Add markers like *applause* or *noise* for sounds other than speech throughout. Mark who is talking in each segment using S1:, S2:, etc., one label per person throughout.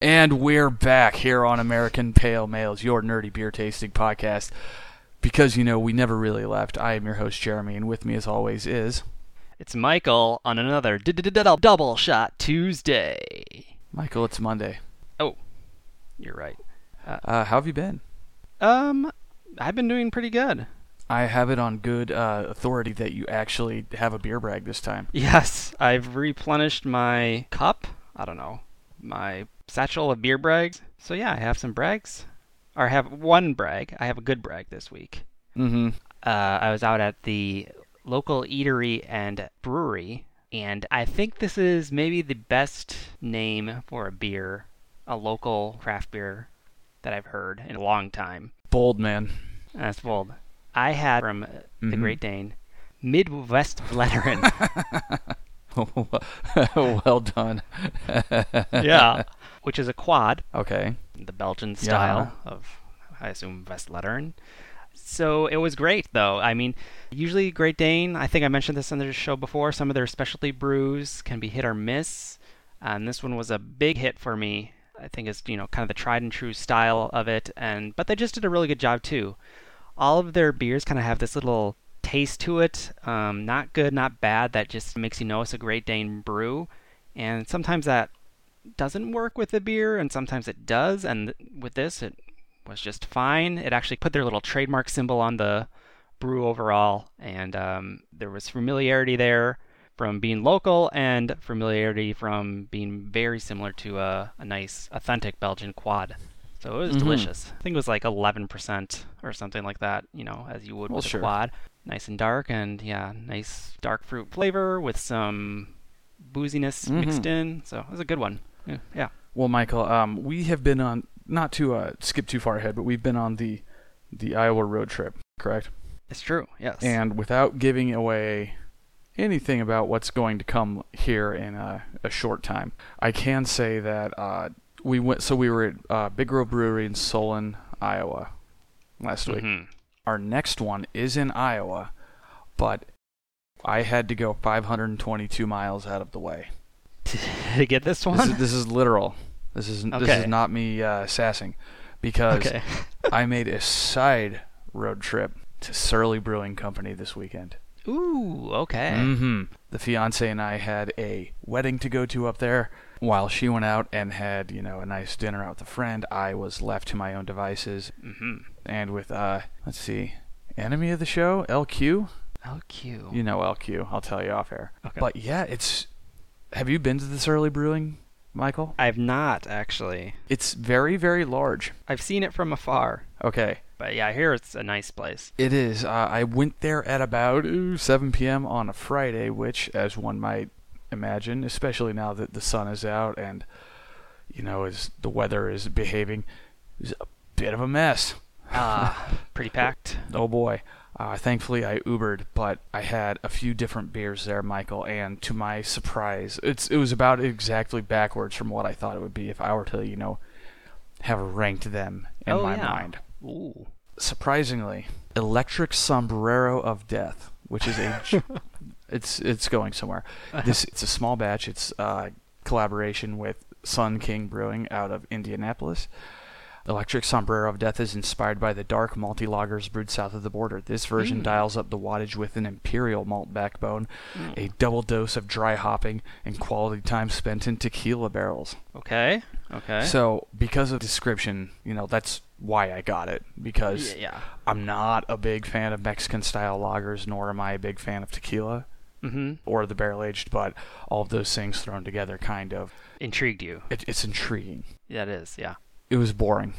S1: And we're back here on American Pale Males, your nerdy beer tasting podcast. Because, you know, we never really left. I am your host, Jeremy, and with me, as always, is
S2: It's Michael on another double shot Tuesday.
S1: Michael. It's Monday.
S2: You're right.
S1: Uh, how have you been?
S2: Um, I've been doing pretty good.
S1: I have it on good uh, authority that you actually have a beer brag this time.
S2: *laughs* Yes, I've replenished my cup. I don't know my satchel of beer brags. So yeah, I have some brags, or I have one brag. I have a good brag this week.
S1: Mm-hmm.
S2: uh, I was out at the local eatery and brewery, and I think this is maybe the best name for a beer, a local craft beer that I've heard in a long time.
S1: Bold man. *laughs*
S2: That's bold. I had from uh, the
S1: Mhm.
S2: Great Dane, Midwest Veteran.
S1: well done.
S2: yeah, uh, which is a quad,
S1: Okay.
S2: the Belgian
S1: Yeah.
S2: style of, I assume, Vestletteren. So it was great, though. I mean, usually Great Dane, I think I mentioned this on the show before, some of their specialty brews can be hit or miss. And this one was a big hit for me. I think it's, you know, kind of the tried and true style of it. and But they just did a really good job, too. All of their beers kind of have this little taste to it. Um, not good, not bad. That just makes you know it's a Great Dane brew. And sometimes that doesn't work with the beer, and sometimes it does. And th- with this, it was just fine. It actually put their little trademark symbol on the brew overall, and um, there was familiarity there from being local and familiarity from being very similar to a, a nice, authentic Belgian quad. So it was
S1: Mhm.
S2: delicious. I think it was like 11% or something like that, you know, as you would
S1: Well,
S2: with
S1: sure.
S2: a quad. Nice and dark, and yeah, nice dark fruit flavor with some booziness mixed
S1: Mhm.
S2: in. So it was a good one. Yeah. yeah.
S1: Well, Michael, um, we have been on not to uh, skip too far ahead, but we've been on the the Iowa road trip, correct?
S2: It's true. Yes.
S1: And without giving away anything about what's going to come here in a, a short time, I can say that uh, we went. So we were at uh, Big Grove Brewery in Solon, Iowa, last week.
S2: Mhm.
S1: Our next one is in Iowa, but I had to go 522 miles out of the way.
S2: *laughs* to get this
S1: This
S2: one. *laughs*
S1: is, this is literal. This is this is
S2: Okay.
S1: not me uh, sassing, because
S2: okay.
S1: I made a side road trip to Surly Brewing Company this weekend.
S2: Ooh. Okay.
S1: Mm-hmm. The fiance and I had a wedding to go to up there. While she went out and had you know a nice dinner out with a friend, I was left to my own devices
S2: Mm-hmm.
S1: and with uh let's see, enemy of the show LQ.
S2: How cute.
S1: You know LQ. I'll tell you off air.
S2: Okay.
S1: But yeah, it's. Have you been to the Surly Brewing, Michael?
S2: I've not actually.
S1: It's very very large.
S2: I've seen it from afar,
S1: Okay.
S2: but yeah, I hear it's a nice
S1: *laughs*
S2: place.
S1: It is. Uh, I went there at about ooh, 7 p.m. on a Friday, which, as one might imagine, especially now that the sun is out and, you know, as the weather is behaving, is a bit of a mess.
S2: Ah, pretty packed.
S1: Oh boy. Uh, thankfully, I Ubered, but I had a few different beers there, Michael, and to my surprise, it's it was about exactly backwards from what I thought it would be if I were to, you know, have ranked them in
S2: Oh,
S1: my
S2: yeah.
S1: mind
S2: Ooh.
S1: surprisingly, Electric Sombrero of Death, which is
S2: *laughs*
S1: a j- it's it's going somewhere. This it's a small batch. It's uh, collaboration with Sun King Brewing out of Indianapolis. Electric Sombrero of Death is inspired by the dark malty lagers brewed south of the border. This version
S2: Mm.
S1: dials up the wattage with an imperial malt backbone,
S2: Mm.
S1: a double dose of dry hopping, and quality time spent in tequila barrels.
S2: Okay. Okay.
S1: So, because of description, you know that's why I got it because
S2: yeah. yeah.
S1: I'm not a big fan of Mexican style lagers, nor am I a big fan of tequila
S2: Mm-hmm.
S1: or the barrel aged, but all of those things thrown together kind of
S2: Intrigued you.
S1: it, it's intriguing.
S2: That is. Yeah.
S1: It was boring.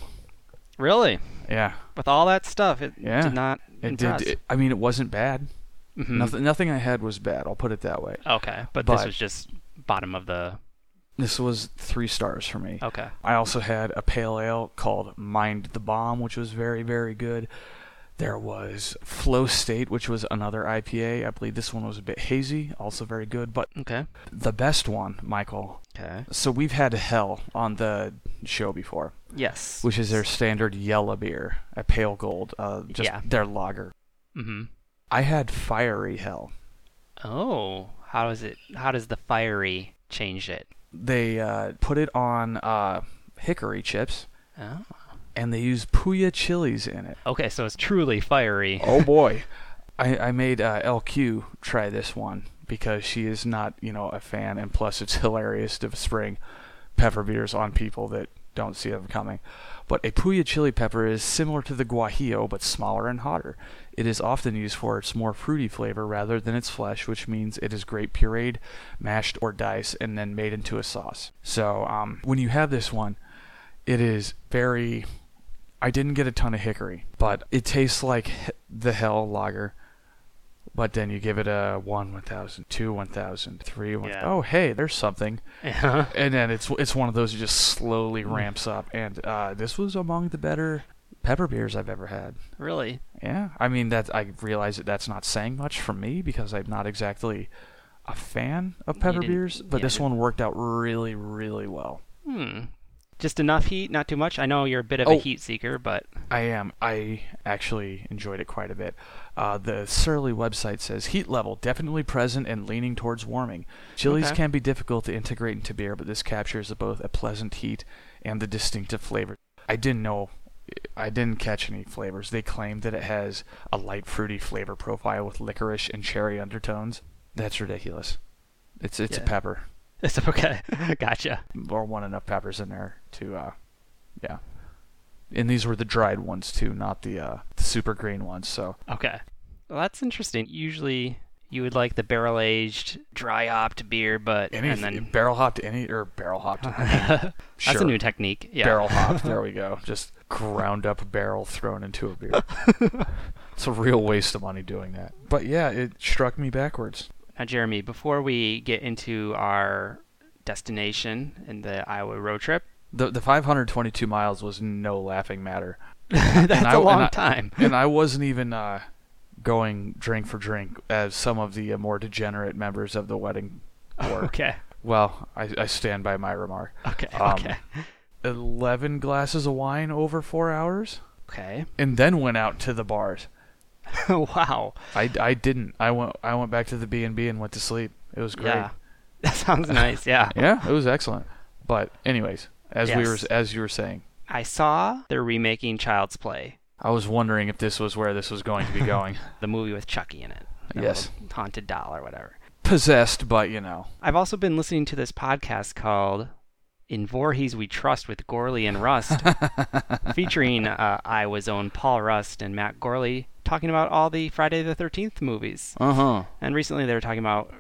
S2: Really.
S1: Yeah,
S2: With all that stuff, it
S1: Yeah.
S2: did not
S1: it
S2: impress.
S1: did. It, I mean, it wasn't bad.
S2: Mhm.
S1: Nothing, nothing I had was bad. I'll put it that way.
S2: Okay, but, this
S1: But-
S2: was just bottom of the.
S1: This was three stars for me.
S2: Okay.
S1: I also had a pale ale called Mind the Bomb, which was very, very good. There was Flow State, which was another IPA. I believe this one was a bit hazy, also very good. But
S2: Okay.
S1: the best one, Michael,
S2: Okay.
S1: So we've had hell on the show before,
S2: Yes.
S1: which is their standard yellow beer, a pale gold, uh, just
S2: Yeah.
S1: their lager.
S2: Mm-hmm.
S1: I had fiery hell.
S2: Oh, how does it? How does the fiery change it?
S1: They uh, put it on uh, hickory chips,
S2: Oh.
S1: and they use puya chilies in it.
S2: Okay, so it's truly fiery.
S1: Oh boy, *laughs* I, I made uh, LQ try this one because she is not you know a fan, and plus it's *laughs* hilarious to spring pepper beers on people that don't see them coming. But a puya chili pepper is similar to the guajillo but smaller and hotter. It is often used for its more fruity flavor rather than its flesh, which means it is grape pureed, mashed, or diced, and then made into a sauce. So um, when you have this one, it is very I didn't get a ton of hickory, but it tastes like he- the hell lager. But then you give it a 1 1000, 2 1000, 3 1000.
S2: Yeah.
S1: Oh, hey, there's something.
S2: Yeah.
S1: And then it's it's one of those that just slowly ramps up and uh, this was among the better pepper beers I've ever had.
S2: *laughs* really?
S1: Yeah. I mean that I realize that that's not saying much for me because I'm not exactly a fan of
S2: You
S1: pepper
S2: didn't-
S1: beers, but
S2: yeah,
S1: this
S2: you-
S1: one worked out really really well.
S2: Hmm. Just enough heat, not too much. I know you're a bit of a
S1: Oh.
S2: heat seeker, but *laughs*
S1: I am. I actually enjoyed it quite a bit. Uh, the Surly website says heat level definitely present and leaning towards warming. Chilies
S2: Okay.
S1: can be difficult to integrate into beer, but this captures both a pleasant heat and the distinctive flavor. I didn't know. I didn't catch any flavors. They claim that it has a light fruity flavor profile with licorice and cherry undertones. That's ridiculous. It's it's
S2: Yeah.
S1: a pepper.
S2: it's okay. *laughs* gotcha.
S1: Or want enough peppers in there to, uh, yeah. And these were the dried ones too, not the, uh, the super green ones. So
S2: Okay. Well, that's interesting. Usually you would like the barrel aged, dry hopped beer, but.
S1: any
S2: and then.
S1: barrel hopped any or barrel hopped.
S2: *laughs*
S1: sure.
S2: That's a new technique. Yeah.
S1: barrel
S2: *laughs*
S1: hopped. There we go. Just ground up a barrel thrown into a beer. *laughs* it's a real waste of money doing that. But yeah, it struck me backwards.
S2: Now, Jeremy, before we get into our destination in the Iowa road
S1: *laughs*
S2: trip,
S1: The the 522 miles was no laughing matter,
S2: that's
S1: I-
S2: a
S1: and
S2: long
S1: I- *laughs*
S2: time.
S1: and I wasn't even uh, going drink for drink as some of the uh, more degenerate members of the wedding were.
S2: Okay.
S1: Well, I, I stand by my remark.
S2: Okay.
S1: Um,
S2: okay.
S1: 11 glasses of wine over four hours?
S2: Okay. *laughs*
S1: And then went out to the bars.
S2: wow.
S1: I, I didn't. I went I went back to the B&B and went to sleep. It was great.
S2: Yeah. *laughs* That sounds nice. Yeah.
S1: *laughs* Yeah, it was excellent. But anyways, as we were
S2: Yes.
S1: as you were saying,
S2: I saw they're remaking Child's Play,
S1: I was wondering if this was where this was going to be
S2: *laughs*
S1: going. *laughs*
S2: the movie with Chucky in it. the
S1: Yes.
S2: little Haunted doll or whatever.
S1: Possessed, but you
S2: *laughs*
S1: know.
S2: I've also been listening to this podcast called In Voorhees We Trust with Gorley and Rust, featuring uh, Iowa's own Paul Rust and Matt Gorley talking about all the Friday the 13th movies.
S1: Uh-huh.
S2: And recently they were talking about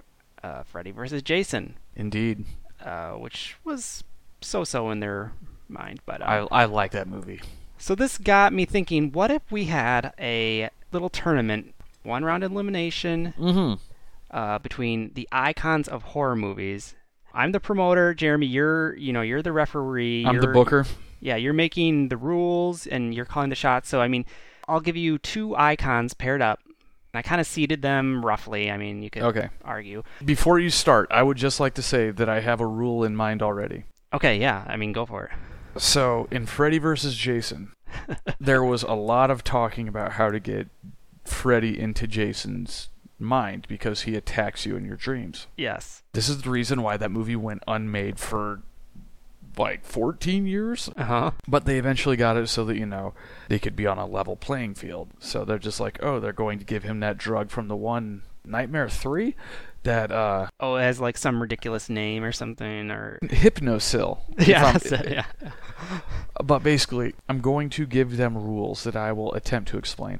S2: uh, Freddy versus Jason,
S1: Indeed.
S2: uh, which was so so in their mind. But uh,
S1: I I like that movie.
S2: So this got me thinking, what if we had a little tournament, one round elimination
S1: Mhm.
S2: uh, between the icons of horror movies. I'm the promoter, Jeremy, you're, you know, you're the referee.
S1: I'm the
S2: you're-
S1: booker.
S2: Yeah, you're making the rules and you're calling the shots. So I mean, I'll give you two icons paired up. And I kind of seeded them roughly. I mean, you could
S1: Okay.
S2: argue.
S1: Before you start, I would just like to say that I have a rule in mind already.
S2: Okay, yeah. I mean, go for it.
S1: So in Freddy vs. Jason, there was a lot of talking about how to get Freddy into Jason's mind because he attacks you in your dreams.
S2: *laughs* Yes.
S1: This is the reason why that movie went unmade for like 14 years,
S2: Uh-huh.
S1: but they eventually got it so that you know they could be on a level playing field. So they're just like, "Oh, they're going to give him that drug from the one Nightmare 3 that uh
S2: Oh, it has like some ridiculous name or something or *laughs*
S1: Hypnosil." if
S2: yeah,
S1: I'm-
S2: *laughs* that's it, yeah.
S1: But basically, I'm going to give them rules that I will attempt to explain,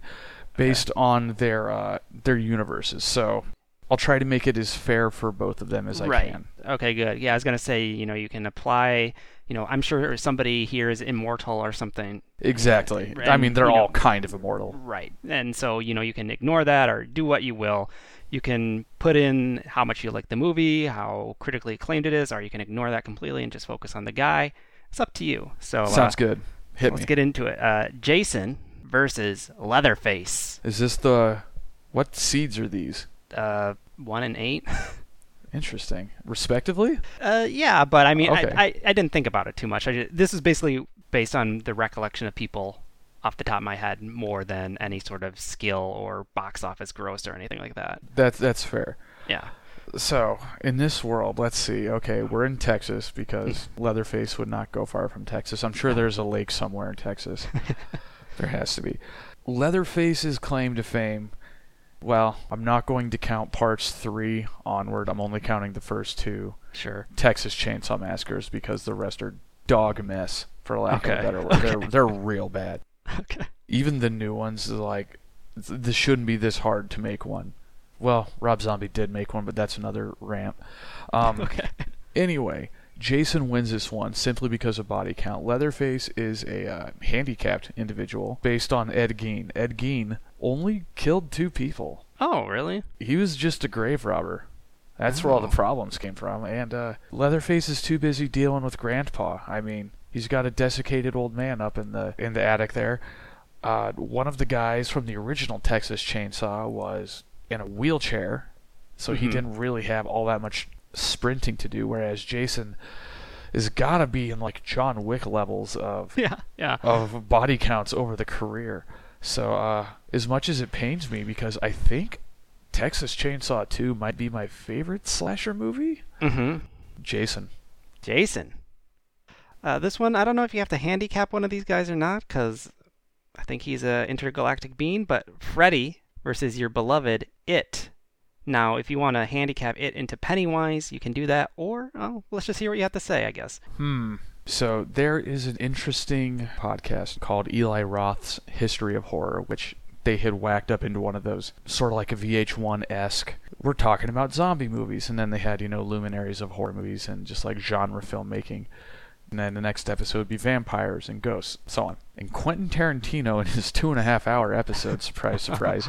S1: based on their uh, their universes. So I'll try to make it as fair for both of them as I
S2: right.
S1: can.
S2: Okay, good. Yeah, I was gonna say, you know, you can apply. You know, I'm sure somebody here is immortal or something.
S1: Exactly.
S2: Right,
S1: I mean, they're
S2: you
S1: all
S2: know.
S1: kind of immortal.
S2: Right. And so, you know, you can ignore that or do what you will. You can put in how much you like the movie, how critically acclaimed it is, or you can ignore that completely and just focus on the guy. It's up to you. So
S1: Sounds
S2: uh,
S1: good. Hit
S2: Let's
S1: me.
S2: get into it. Uh, Jason versus Leatherface.
S1: Is this the what seeds are these?
S2: Uh, one and eight. *laughs*
S1: Interesting. Respectively?
S2: Uh, yeah, but I mean,
S1: Okay.
S2: I, I, I didn't think about it too much. I ju- this is basically based on the recollection of people off the top of my head more than any sort of skill or box office gross or anything like that.
S1: That's that's fair.
S2: Yeah.
S1: So, in this world, let's see. Okay, we're in Texas
S2: *laughs*
S1: because Leatherface would not go far from Texas. I'm sure there's a lake somewhere in
S2: *laughs*
S1: Texas. there has to be. Leatherface's claim to fame. Well, I'm not going to count parts three onward. I'm only counting the first two
S2: Sure.
S1: Texas Chainsaw Massacres because the rest are dog mess, for lack of
S2: Okay.
S1: a better word. They're, they're real bad.
S2: *laughs* Okay.
S1: Even the new ones, are like, th- this shouldn't be this hard to make one. Well, Rob Zombie did make one, but that's another rant. Um,
S2: *laughs* Okay.
S1: Anyway, Jason wins this one simply because of body count. Leatherface is a uh, handicapped individual based on Ed Gein. Ed Gein only killed two people.
S2: Oh, really?
S1: He was just a grave robber. That's where all the
S2: Oh.
S1: problems came from. And uh, Leatherface is too busy dealing with Grandpa. I mean, he's got a desiccated old man up in the in the attic there. Uh, one of the guys from the original Texas Chainsaw was in a wheelchair, so he
S2: Mhm.
S1: didn't really have all that much sprinting to do. Whereas Jason is gotta be in like John Wick levels of
S2: *laughs* Yeah. Yeah.
S1: of body counts over the career. So uh, as much as it pains me, because I think Texas Chainsaw 2 might be my favorite slasher movie.
S2: Mm-hmm.
S1: Jason,
S2: Jason. Uh, this one, I don't know if you have to handicap one of these guys or not, because I think he's a intergalactic being, but Freddy versus your beloved It. Now, if you want to handicap It into Pennywise, you can do that, or oh, let's just hear what you have to say, I guess.
S1: hmm. So there is an interesting podcast called Eli Roth's History of Horror, which they had whacked up into one of those sort of like a VH1 esque. We're talking about zombie movies, and then they had you know luminaries of horror movies and just like genre filmmaking. And then the next episode would be vampires and ghosts, so on. And Quentin Tarantino, in his two and a half hour episode, surprise, surprise,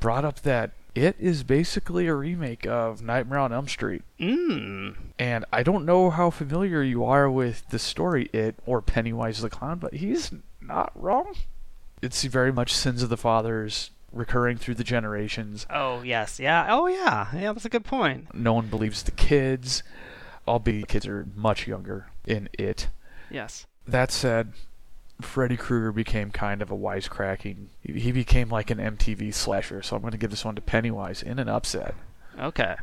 S1: brought up that it is basically a remake of Nightmare on Elm Street.
S2: Mmm.
S1: And I don't know how familiar you are with the story It or Pennywise the Clown, but he's not wrong. It's very much sins of the fathers recurring through the generations.
S2: Oh, yes. Yeah. Oh, yeah. Yeah, that's a good point.
S1: No one believes the kids, albeit kids are much younger in It.
S2: Yes.
S1: That said, Freddy Krueger became kind of a wisecracking. He he became like an MTV slasher, so I'm going to give this one to Pennywise in an upset.
S2: Okay.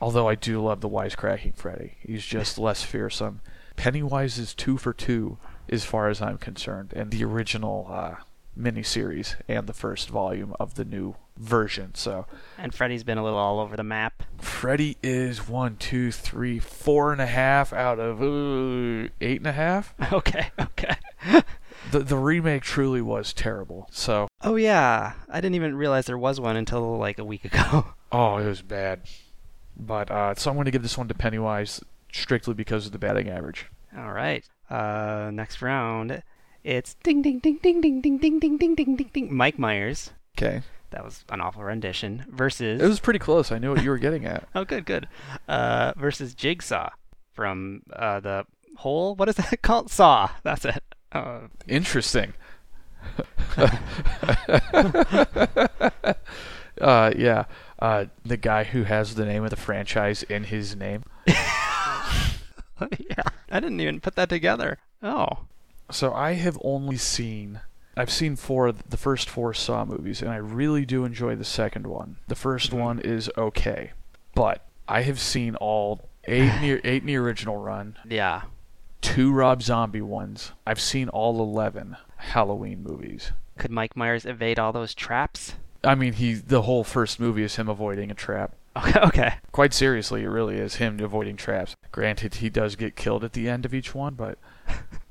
S1: Although I do love the wisecracking Freddy. He's just less fearsome. Pennywise is two for two, as far as I'm concerned, and the original uh, miniseries and the first volume of the new version. So
S2: And Freddy's been a little all over the map.
S1: Freddy is one, two, three, four and a half out of ooh, eight and a half.
S2: *laughs* Okay. Okay. *laughs*
S1: The the remake truly was terrible. So
S2: Oh, yeah. I didn't even realize there was one until like a week *laughs* ago.
S1: oh, it was bad. But uh, so I'm going to give this one to Pennywise strictly because of the batting average.
S2: All right. Uh, next round, it's ding ding ding ding ding ding ding ding ding ding ding ding. Mike Myers.
S1: Okay,
S2: That was an awful rendition. Versus.
S1: it was pretty close. I knew what you were getting at.
S2: Oh, good, good. Uh, versus Jigsaw from uh, the hole. What is *laughs* that called? Saw. That's it. Uh, *laughs*
S1: Interesting. *laughs* uh, yeah, uh, the guy who has the name of the franchise in his name.
S2: yeah. I didn't even put that together. Oh.
S1: So I have only seen, I've seen four, the first four Saw movies, and I really do enjoy the second one. The 1st
S2: Mhm.
S1: one is okay, but I have seen all eight in the, eight in the original run,
S2: Yeah.
S1: two Rob Zombie ones. I've seen all eleven Halloween movies.
S2: Could Mike Myers evade all those traps? *laughs*
S1: I mean, he the whole first movie is him avoiding a trap.
S2: Okay. Okay.
S1: Quite seriously, it really is him avoiding traps. Granted, he does get killed at the end of each one, but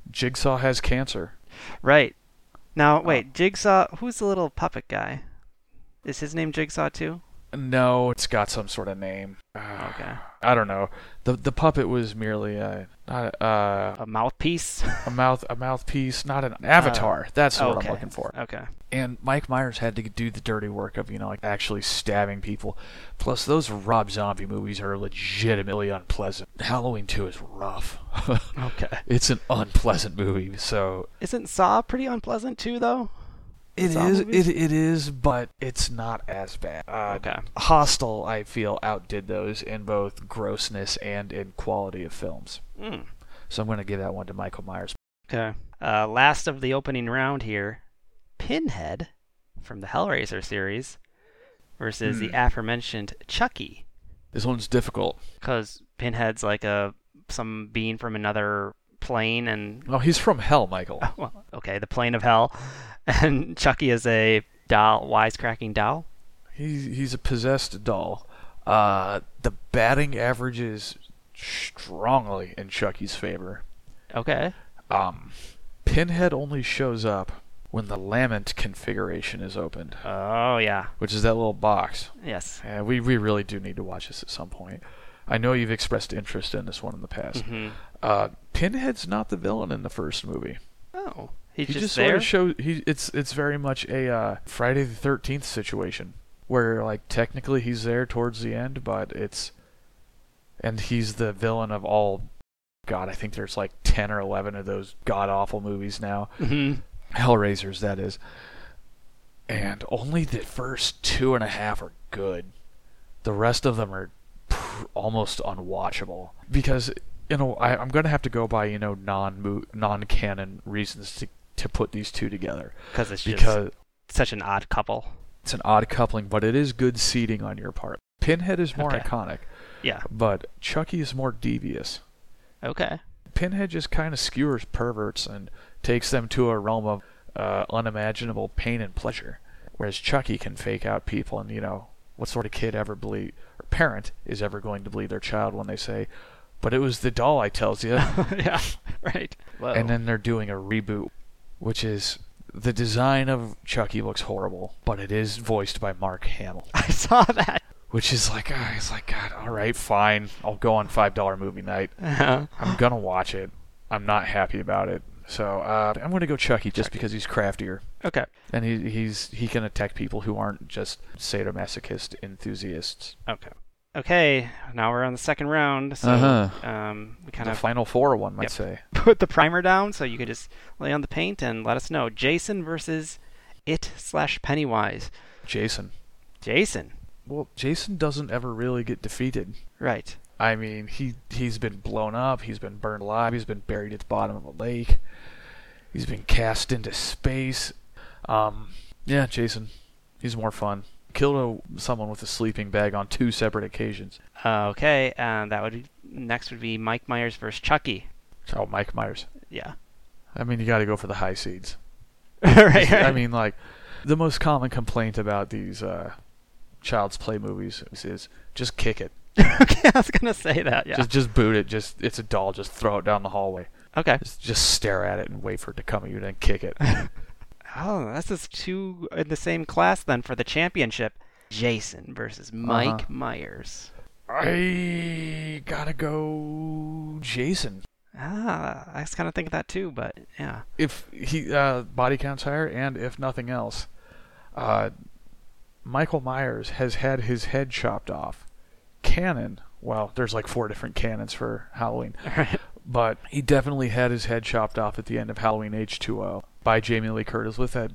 S1: Jigsaw has cancer.
S2: Right.
S1: Oh.
S2: Now, wait. Jigsaw. Who's the little puppet guy? Is his name Jigsaw too?
S1: No, it's got some sort of name. Uh,
S2: Okay.
S1: I don't know. the The puppet was merely a not a, uh,
S2: A mouthpiece.
S1: a mouth a mouthpiece, not an avatar. That's what
S2: Okay.
S1: I'm looking for.
S2: *laughs* Okay.
S1: And Mike Myers had to do the dirty work of you know like actually stabbing people. Plus, those Rob Zombie movies are legitimately unpleasant. Halloween Two is rough. *laughs*
S2: Okay.
S1: it's an unpleasant movie. So
S2: Isn't Saw pretty unpleasant too, though?
S1: It
S2: Saw
S1: is.
S2: movies?
S1: It, it is, but it's not as bad. Uh,
S2: Okay.
S1: Hostel, I feel, outdid those in both grossness and in quality of films.
S2: Mm.
S1: So I'm going to give that one to Michael Myers.
S2: Okay. Uh, last of the opening round here, Pinhead from the Hellraiser series versus the
S1: Hmm.
S2: aforementioned Chucky
S1: This one's difficult.
S2: because Pinhead's like a some being from another plane, and
S1: Oh, he's from hell, Michael.
S2: *laughs* well, okay, the plane of hell, *laughs* and Chucky is a doll, wisecracking doll.
S1: He's he's a possessed doll. Uh, the batting average is strongly in Chucky's favor.
S2: Okay,
S1: Um, Pinhead only shows up when the lament configuration is opened,
S2: oh yeah,
S1: which is that little box.
S2: yes,
S1: Yeah, we we really do need to watch this at some point. I know you've expressed interest in this one in the past.
S2: hmm
S1: Uh, Pinhead's not the villain in the first movie.
S2: oh, he's
S1: he
S2: just,
S1: just, sort
S2: there.
S1: of shows he it's it's very much a uh, Friday the Thirteenth situation where like technically he's there towards the end, but it's and he's the villain of all. God, I think there's like ten or eleven of those god awful movies now.
S2: hmm
S1: Hellraisers, that is. And only the first two and a half are good. The rest of them are pr- almost unwatchable because you know I, I'm gonna have to go by you know non non canon reasons to to put these two together
S2: Because it's just
S1: because
S2: such an odd couple.
S1: it's an odd coupling, but it is good seeding on your part. Pinhead is more
S2: Okay.
S1: iconic,
S2: Yeah.
S1: but Chucky is more devious. *laughs*
S2: Okay. *laughs*
S1: Pinhead just kind of skewers perverts and takes them to a realm of uh, unimaginable pain and pleasure, whereas Chucky can fake out people. And you know, what sort of kid ever believe or parent is ever going to believe their child when they say, "But it was the doll," I tells you.
S2: *laughs* yeah. Right. Whoa.
S1: and then they're doing a reboot, which is the design of Chucky looks horrible, but it is voiced by Mark Hamill,
S2: *laughs* I saw that.
S1: which is like, ah, it's like, God, all right, fine, I'll go on five dollar movie night.
S2: Uh-huh.
S1: *gasps* I'm gonna watch it. I'm not happy about it. So uh, I'm gonna go Chucky just because he's craftier
S2: Okay.
S1: and he he's he can attack people who aren't just sadomasochist enthusiasts.
S2: Okay. Okay. Now we're on the second round, so um, we kind
S1: Uh-huh. the
S2: of
S1: final four, one might
S2: Yep.
S1: say.
S2: put the primer down, so you could just lay on the paint and let us know. Jason versus it slash Pennywise.
S1: Jason.
S2: Jason.
S1: Well, Jason doesn't ever really get defeated.
S2: Right.
S1: I mean, he he's been blown up. He's been burned alive. He's been buried at the bottom of a lake. He's been cast into space. Um, yeah, Jason. He's more fun. Killed a, someone with a sleeping bag on two separate occasions.
S2: Uh, Okay. And that would be, next would be Mike Myers versus Chucky.
S1: Oh, Mike Myers.
S2: Yeah. *laughs*
S1: I mean, you got to go for the high seeds.
S2: right.
S1: I mean, like, the most common complaint about these uh, child's play movies is, is just kick it,
S2: *laughs* okay, I was gonna say that. Yeah.
S1: just just boot it, just it's a doll, just throw it down the hallway,
S2: okay.
S1: just, just stare at it and wait for it to come at you, then kick it.
S2: Oh, this is two in the same class then for the championship. Jason
S1: Uh-huh.
S2: versus Mike Myers.
S1: I gotta go, Jason.
S2: Ah, I was kind of thinking that too, but yeah. *laughs*
S1: If he uh, body counts higher, and if nothing else, uh, Michael Myers has had his head chopped off. Cannon. Well, there's like four different cannons for Halloween. but he definitely had his head chopped off at the end of Halloween H2O by Jamie Lee Curtis with that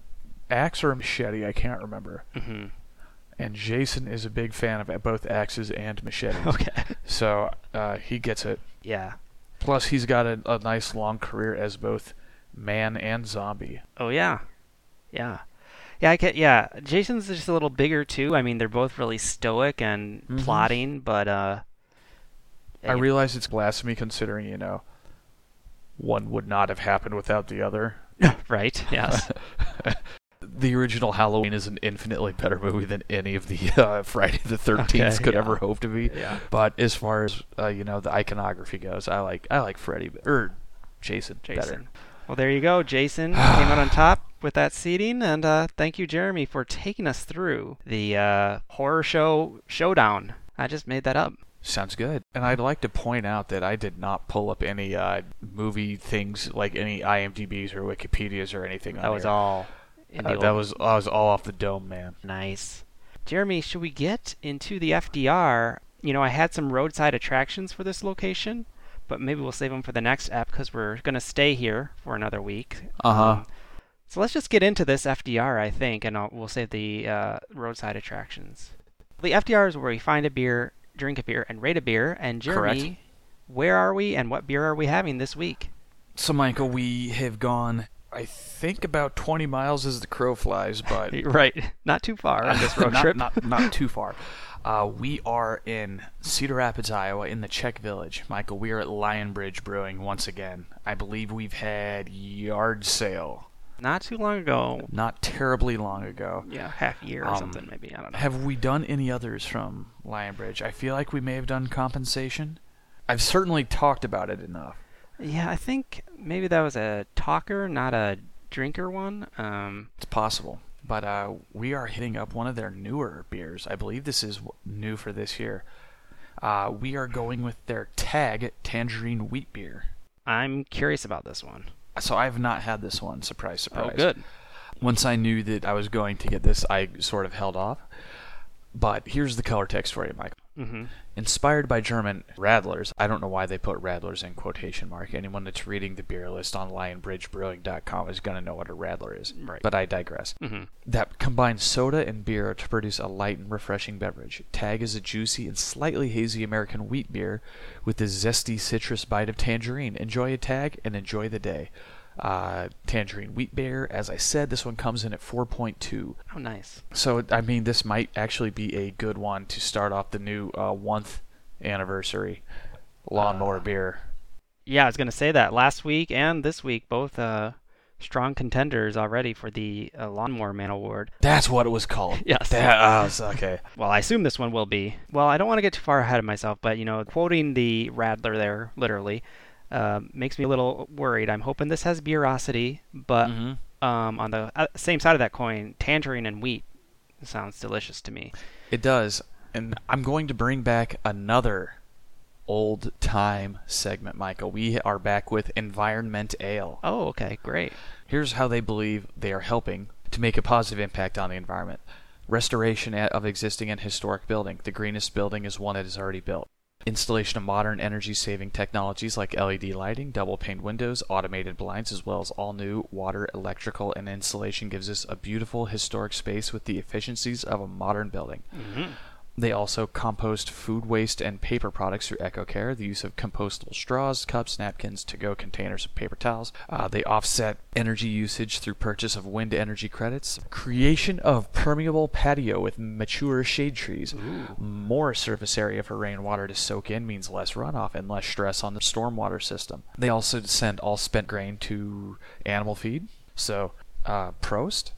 S1: axe or machete, I can't remember.
S2: hmm
S1: And Jason is a big fan of both axes and
S2: *laughs*
S1: machetes,
S2: Okay.
S1: so uh, he gets it.
S2: Yeah.
S1: Plus, he's got a, a nice long career as both man and zombie.
S2: Oh yeah, yeah, yeah. I get yeah. Jason's just a little bigger too. I mean, they're both really stoic and
S1: Mhm.
S2: plotting, but uh, eh,
S1: I
S2: yeah,
S1: realize it's blasphemy considering, you know, one would not have happened without the other.
S2: right.
S1: *laughs*
S2: Yes.
S1: The original Halloween is an infinitely better movie than any of the uh, *laughs* Friday the 13th
S2: Okay,
S1: could
S2: yeah.
S1: ever hope to be.
S2: yeah.
S1: But as far as uh, you know, the iconography goes, I like I like Freddy b- or Jason,
S2: Jason.
S1: better.
S2: Well, there you
S1: *sighs*
S2: go. Jason came out on top with that seating, and uh, thank you, Jeremy, for taking us through the uh, horror show showdown. I just made that up.
S1: Sounds good. And I'd like to point out that I did not pull up any uh, movie things like any IMDb's or Wikipedia's or anything.
S2: That was all. In
S1: Oh,
S2: the
S1: Uh,
S2: old
S1: that was I was all off the dome, man.
S2: Nice. Jeremy, should we get into the FDR? You know, I had some roadside attractions for this location, but maybe we'll save them for the next app because we're going to stay here for another week.
S1: Uh-huh.
S2: So let's just get into this FDR, I think, and I'll, we'll save the uh, roadside attractions. The FDR is where we find a beer, drink a beer, and rate a beer. And Jeremy, where are we and what beer are we having this *laughs* week?
S1: So Michael, we have gone. I think about 20
S2: *laughs*
S1: miles as the crow flies, but *laughs*
S2: Right, not too far on this *laughs* road
S1: not,
S2: trip.
S1: Not, not too far. Uh, we are in Cedar Rapids, Iowa, in the Czech Village. Michael, we are at Lionbridge Brewing once again. I believe we've had yard sale
S2: Not too long ago.
S1: not terribly long ago.
S2: Yeah, half year or
S1: Um,
S2: something maybe. I don't know.
S1: Have we done any others from Lionbridge? I feel like we may have done compensation. I've certainly talked about it enough.
S2: Yeah, I think maybe that was a talker, not a drinker one. Um,
S1: It's possible. But uh, we are hitting up one of their newer beers. I believe this is w- new for this year. Uh, we are going with their Tag Tangerine Wheat Beer.
S2: I'm curious about this one.
S1: So I have not had this one. Surprise, surprise.
S2: Oh, good.
S1: Once I knew that I was going to get this, I sort of held off. But here's the color text for you, Mike.
S2: Mm-hmm.
S1: Inspired by German Radlers, I don't know why they put Radlers in quotation mark. Anyone that's reading the beer list on lionbridgebrewing.com is going to know what a Radler is.
S2: Right.
S1: But I digress.
S2: Mm-hmm.
S1: That combines soda and beer to produce a light and refreshing beverage. Tag is a juicy and slightly hazy American wheat beer with a zesty citrus bite of tangerine. Enjoy a tag and enjoy the day. Uh, tangerine wheat beer, as I said, this one comes in at 4.2.
S2: Oh, nice.
S1: So I mean, this might actually be a good one to start off the new uh, one anniversary lawnmower beer.
S2: Yeah, I was gonna say that last week and this week, both uh, strong contenders already for the uh, Lawnmower Man Award.
S1: That's what it was called.
S2: Yes.
S1: That, ah, it's- okay.
S2: Well, I assume this one will be. Well, I don't want to get too far ahead of myself, but you know, quoting the Radler there, literally, uh, makes me a little worried. I'm hoping this has beerosity, but
S1: Mhm.
S2: um, on the uh, same side of that coin, tangerine and wheat sounds delicious to me.
S1: It does, and I'm going to bring back another old time segment, Michael. We are back with Environment Ale.
S2: Oh, okay, great.
S1: Here's how they believe they are helping to make a positive impact on the environment. Restoration a- of existing and historic building. The greenest building is one that is already built. Installation of modern energy saving technologies like LED lighting, double pane windows, automated blinds, as well as all new water, electrical, and insulation gives us a beautiful historic space with the efficiencies of a modern building.
S2: Mm-hmm.
S1: They also compost food waste and paper products through EcoCare, the use of compostable straws, cups, napkins, to go containers, and paper towels. Uh, they offset energy usage through purchase of wind energy credits, creation of permeable patio with mature shade trees. More surface area for rainwater to soak in means less runoff and less stress on the stormwater system. They also send all spent grain to animal feed. So, uh, Prost,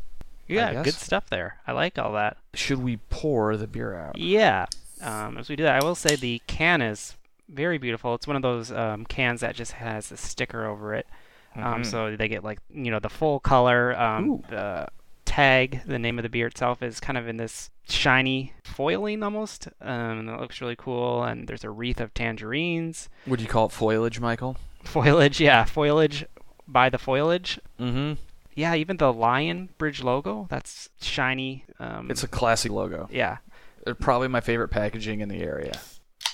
S2: Yeah, good
S1: guess.
S2: stuff there. I like all that.
S1: should we pour the beer out?
S2: Yeah. Um, as we do that, I will say the can is very beautiful. It's one of those um, cans that just has a sticker over it. Um,
S1: Mhm.
S2: so they get like you know the full color. Um,
S1: Ooh.
S2: the tag, the name of the beer itself is kind of in this shiny foiling almost. Um, and it looks really cool. And there's a wreath of tangerines,
S1: Would you call it foliage, Michael?
S2: foliage. Yeah, foliage by the foliage.
S1: Mm-hmm.
S2: Yeah, even the lion bridge logo. That's shiny. Um,
S1: It's a classy logo.
S2: yeah.
S1: Uh, Probably my favorite packaging in the area.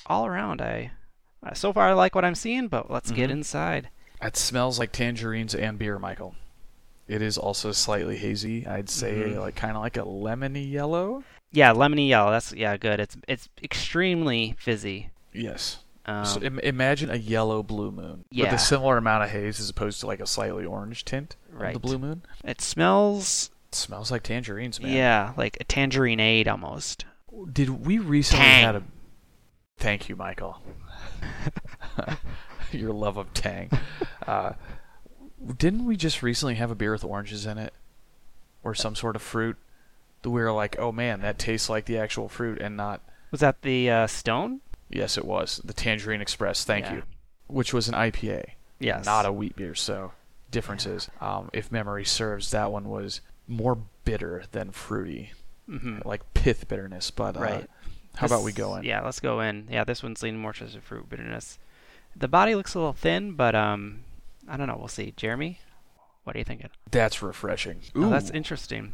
S2: all around i uh, so far i like what i'm seeing but let's get
S1: Mhm.
S2: inside
S1: It smells like tangerines and beer, Michael. It is also slightly hazy. I'd say
S2: Mhm.
S1: like kind of like a lemony yellow.
S2: yeah lemony yellow that's yeah good it's it's extremely fizzy
S1: Yes.
S2: um,
S1: so Im- imagine a yellow blue moon with
S2: Yeah.
S1: a similar amount of haze as opposed to like a slightly orange tint of
S2: Right.
S1: the blue moon.
S2: it smells
S1: It smells like tangerines, man.
S2: yeah like a tangerine aid almost
S1: Did we recently
S2: Tang.
S1: had a? Thank you, Michael. *laughs* Your love of Tang. Uh, didn't we just recently have a beer with oranges in it, or some sort of fruit? That we were like, oh man, that tastes like the actual fruit, and not.
S2: was that the uh, stone
S1: Yes, it was the Tangerine Express. Thank
S2: Yeah.
S1: you. Which was an IPA,
S2: yes
S1: not a wheat beer. So differences. Um, if memory serves, that one was more bitter than fruity,
S2: hmm
S1: like pith bitterness. But uh,
S2: Right.
S1: how about we go in?
S2: yeah let's go in yeah this one's leaning more towards the fruit bitterness the body looks a little thin but um i don't know we'll see jeremy what are you thinking
S1: That's refreshing. Ooh,
S2: oh, that's interesting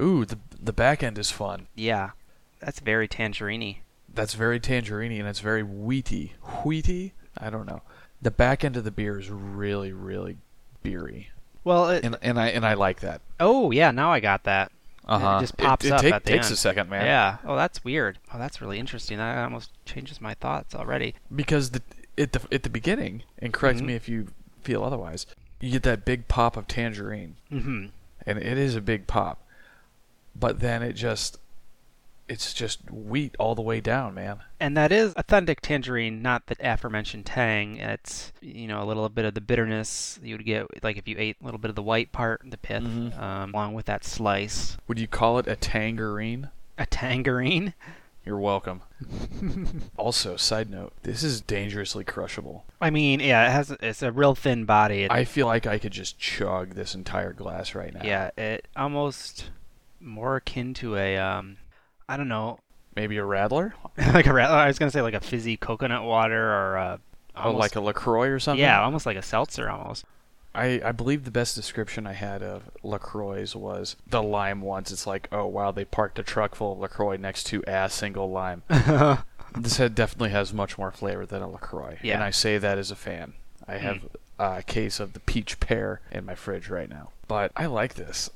S1: ooh, the the back end is fun.
S2: yeah that's very tangerine
S1: That's very tangerine and it's very wheaty. Wheaty? I don't know. The back end of the beer is really, really beery,
S2: well it,
S1: and and I and I like that.
S2: Oh yeah, now I got that.
S1: Uh-huh.
S2: just pops
S1: it,
S2: up
S1: take-
S2: at the
S1: takes
S2: end.
S1: a second, man.
S2: Yeah. Oh, that's weird. Oh, that's really interesting. That almost changes my thoughts already.
S1: Because the at the at the beginning, and correct
S2: Mhm.
S1: me if you feel otherwise, you get that big pop of tangerine,
S2: Mm-hmm.
S1: and it is a big pop, but then it just it's just wheat all the way down, man.
S2: And that is authentic tangerine, not the aforementioned tang. It's you know a little bit of the bitterness you would get like if you ate a little bit of the white part, the pith,
S1: Mhm.
S2: um, along with that slice.
S1: Would you call it a tangerine?
S2: A tangerine. *laughs*
S1: You're welcome. also, side note, this is dangerously crushable.
S2: I mean, yeah, it has. It's a real thin body. It-
S1: I feel like I could just chug this entire glass right now.
S2: yeah, it almost more akin to a um, I don't know,
S1: Maybe a rattler? Oh,
S2: *laughs* like a ra- I was gonna say like a fizzy coconut water or a
S1: Oh, like a LaCroix or something?
S2: yeah, almost like a seltzer almost. *laughs*
S1: I, I believe the best description I had of LaCroix's was the lime ones. It's like, oh, wow, they parked a truck full of LaCroix next to a single
S2: *laughs*
S1: lime. this head definitely has much more flavor than a LaCroix.
S2: Yeah. Mm.
S1: And I say that as a fan. I have a case of the peach pear in my fridge right now. But I like this.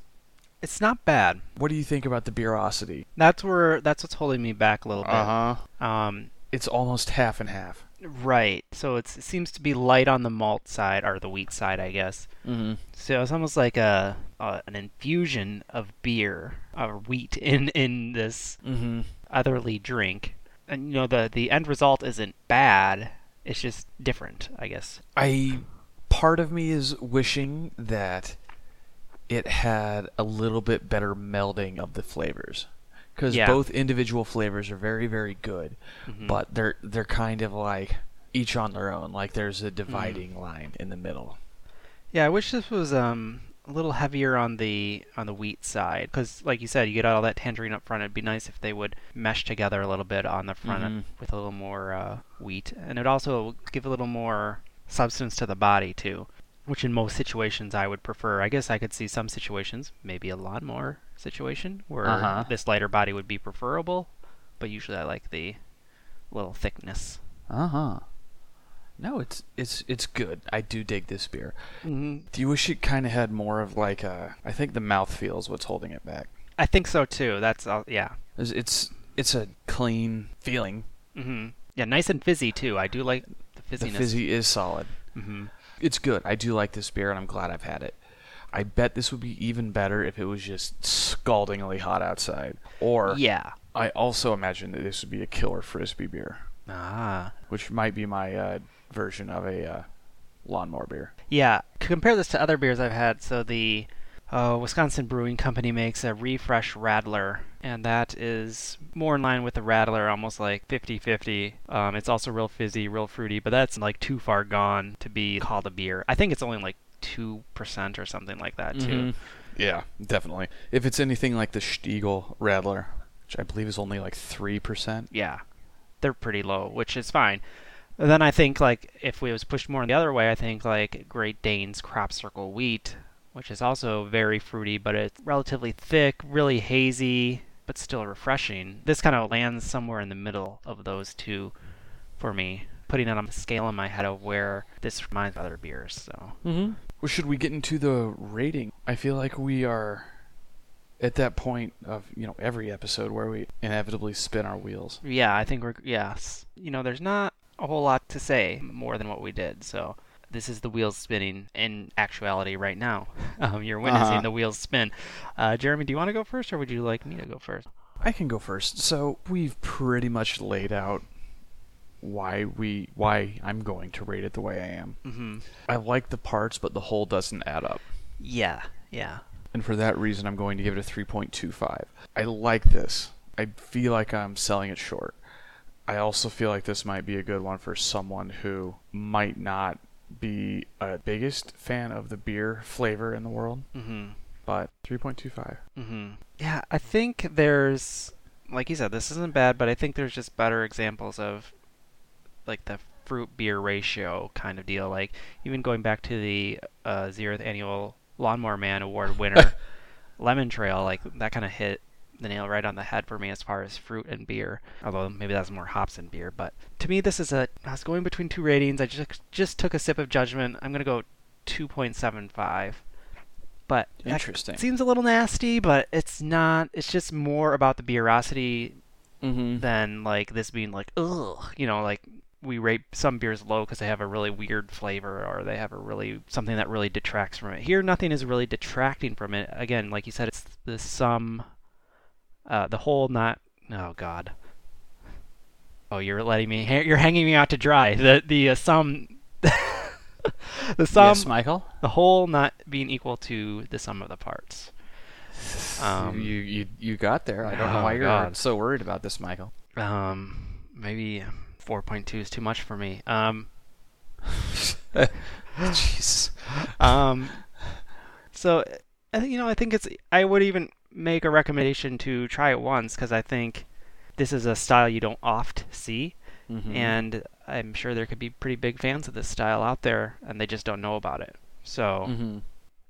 S2: It's not bad.
S1: What do you think about the beerosity?
S2: That's where that's what's holding me back a little bit.
S1: huh.
S2: Um,
S1: It's almost half and half.
S2: right. So it's, it seems to be light on the malt side or the wheat side, I guess.
S1: Mm-hmm.
S2: So it's almost like a, a an infusion of beer or wheat *laughs* in in this
S1: Mm-hmm.
S2: otherly drink. And you know the the end result isn't bad. It's just different, I guess.
S1: I part of me is wishing that it had a little bit better melding of the flavors because
S2: Yeah.
S1: both individual flavors are very very good
S2: Mhm.
S1: but they're they're kind of like each on their own like there's a dividing line in the middle
S2: Yeah, I wish this was um a little heavier on the on the wheat side because, like you said, you get all that tangerine up front. It'd be nice if they would mesh together a little bit on the front
S1: Mhm.
S2: with a little more uh, wheat, and it'd also give a little more substance to the body too, which in most situations I would prefer. I guess I could see some situations, maybe a lawnmower situation, where
S1: Uh-huh.
S2: this lighter body would be preferable, but usually I like the little thickness.
S1: uh-huh no it's it's it's good i do dig this beer
S2: hmm
S1: do you wish it kind of had more of like a i think the mouthfeel is what's holding it back
S2: I think so too. That's all. Yeah.
S1: it's it's, it's a clean feeling
S2: Mm-hmm. Yeah, nice and fizzy too. I do like
S1: the
S2: the fizziness.
S1: fizzy is solid
S2: hmm
S1: it's good. I do like this beer, and I'm glad I've had it. I bet this would be even better if it was just scaldingly hot outside. Or
S2: Yeah.
S1: I also imagine that this would be a killer frisbee beer,
S2: Ah.
S1: which might be my uh, version of a uh, lawnmower beer.
S2: Yeah. Compare this to other beers I've had. So the uh, Wisconsin Brewing Company makes a Refresh Rattler, and that is more in line with the Rattler, almost like 50-50. Um, it's also real fizzy, real fruity, but that's like too far gone to be called a beer. I think it's only like two percent or something like that too.
S1: Mm-hmm. Yeah, definitely. If it's anything like the Stiegel Rattler, which I believe is only like three percent.
S2: yeah, they're pretty low, which is fine. And then I think like if we was pushed more the other way, I think like Great Dane's crop circle wheat, which is also very fruity, but it's relatively thick, really hazy, but still refreshing. This kind of lands somewhere in the middle of those two for me, putting it on the scale in my head of where this reminds me of other beers. So
S1: Mm-hmm. Well, should we get into the rating? I feel like we are at that point of you know every episode where we inevitably spin our wheels.
S2: yeah, I think we're yes. You know, there's not a whole lot to say more than what we did. So this is the wheels spinning in actuality right now. *laughs* Um, you're witnessing
S1: Uh-huh.
S2: the wheels spin. Uh, Jeremy, do you want to go first, or would you like me to go first?
S1: I can go first. So we've pretty much laid out why we why I'm going to rate it the way I am.
S2: Mm-hmm.
S1: I like the parts, but the whole doesn't add up.
S2: Yeah, yeah.
S1: And for that reason I'm going to give it a 3.25. I like this. I feel like I'm selling it short. I also feel like this might be a good one for someone who might not be a biggest fan of the beer flavor in the world,
S2: Mm-hmm.
S1: but 3.25.
S2: Mm-hmm. Yeah, I think there's, like you said, this isn't bad, but I think there's just better examples of, like the fruit beer ratio kind of deal. Like even going back to the uh, zeroth annual Lawnmower Man Award winner, Lemon Trail, like that kind of hit the nail right on the head for me as far as fruit and beer. Although maybe that's more hops and beer, but to me this is a. I was going between two ratings. I just just took a sip of judgment. I'm gonna go 2.75. But that
S1: Interesting.
S2: seems a little nasty, but it's not. It's just more about the beerosity
S1: Mm-hmm.
S2: than like this being like ugh, you know, like we rate some beers low because they have a really weird flavor or they have a really something that really detracts from it. Here, nothing is really detracting from it. Again, like you said, it's the sum, uh, the whole, not Oh God. Oh, you're letting me. ha- You're hanging me out to dry. The the uh, sum. *laughs* the sum.
S1: yes, Michael.
S2: the whole not being equal to the sum of the parts. Um,
S1: you, you you got there. I don't know
S2: Oh,
S1: why you're
S2: God.
S1: so worried about this, *laughs* Michael.
S2: Um, maybe 4.2 is too much for me. Um,
S1: Jeez.
S2: um, so I think you know I think it's I would even make a recommendation to try it once because I think this is a style you don't oft see,
S1: Mhm.
S2: and I'm sure there could be pretty big fans of this style out there, and they just don't know about it. So
S1: Mhm.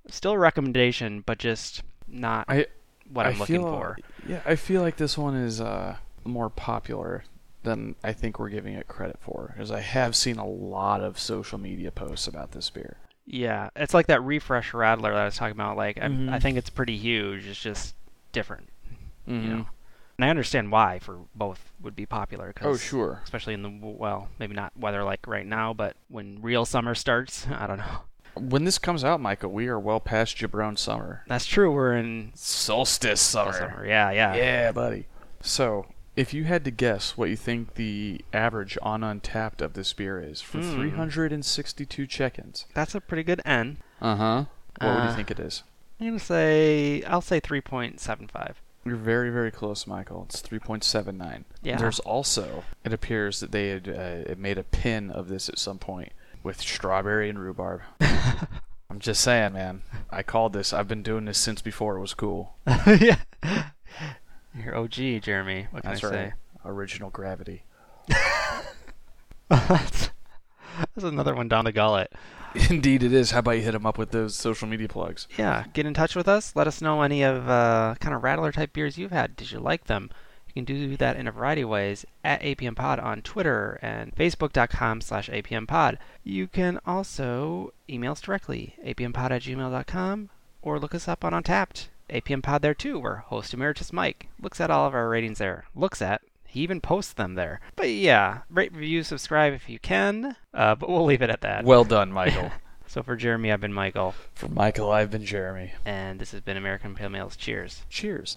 S2: still a recommendation, but just not
S1: I-
S2: what
S1: I
S2: I'm looking
S1: feel-
S2: for.
S1: Yeah, I feel like this one is uh, more popular than I think we're giving it credit for, as I have seen a lot of social media posts about this beer.
S2: Yeah, it's like that refresh rattler that I was talking about. Like I'm I
S1: Mhm.
S2: think it's pretty huge. It's just different.
S1: Mhm.
S2: you know. And I understand why for both would be popular. Cause,
S1: Oh sure.
S2: Especially in the well, maybe not weather like right now, but when real summer starts, *laughs* I don't know.
S1: When this comes out, Michael, we are well past Jabron summer.
S2: That's true. We're in
S1: Solstice
S2: summer. Yeah, yeah,
S1: Yeah, buddy. So, if you had to guess what you think the average on untapped of this beer is for
S2: Hmm.
S1: 362 check-ins,
S2: That's a pretty good N.
S1: uh-huh. What would
S2: Uh.
S1: you think it is?
S2: I'm gonna say I'll say 3.75.
S1: You're very, very close, Michael. It's 3.79.
S2: Yeah.
S1: There's also, it appears that they had uh, made a pin of this at some point with strawberry and
S2: *laughs*
S1: rhubarb. I'm just saying, man. I called this. I've been doing this since before it was cool.
S2: *laughs* yeah. You're OG, Jeremy. What can
S1: That's
S2: I
S1: right.
S2: say?
S1: Original gravity. *laughs*
S2: *laughs* that's, that's another one down the gullet.
S1: Indeed, it is. How about you hit them up with those social media plugs?
S2: yeah, get in touch with us. Let us know any of uh, kind of rattler type beers you've had. Did you like them? You can do that in a variety of ways at APM Pod on Twitter and Facebook.com slash APM Pod. You can also email us directly, apmpod at gmail.com, or look us up on Untapped. APM Pod there too, where host emeritus Mike looks at all of our ratings there. Looks at. He even posts them there. But yeah, rate, review, subscribe if you can. Uh, but we'll leave it at that.
S1: Well done, Michael. *laughs*
S2: So for Jeremy, I've been Michael
S1: For Michael, I've been Jeremy.
S2: and this has been American Pale Males. Cheers.
S1: Cheers.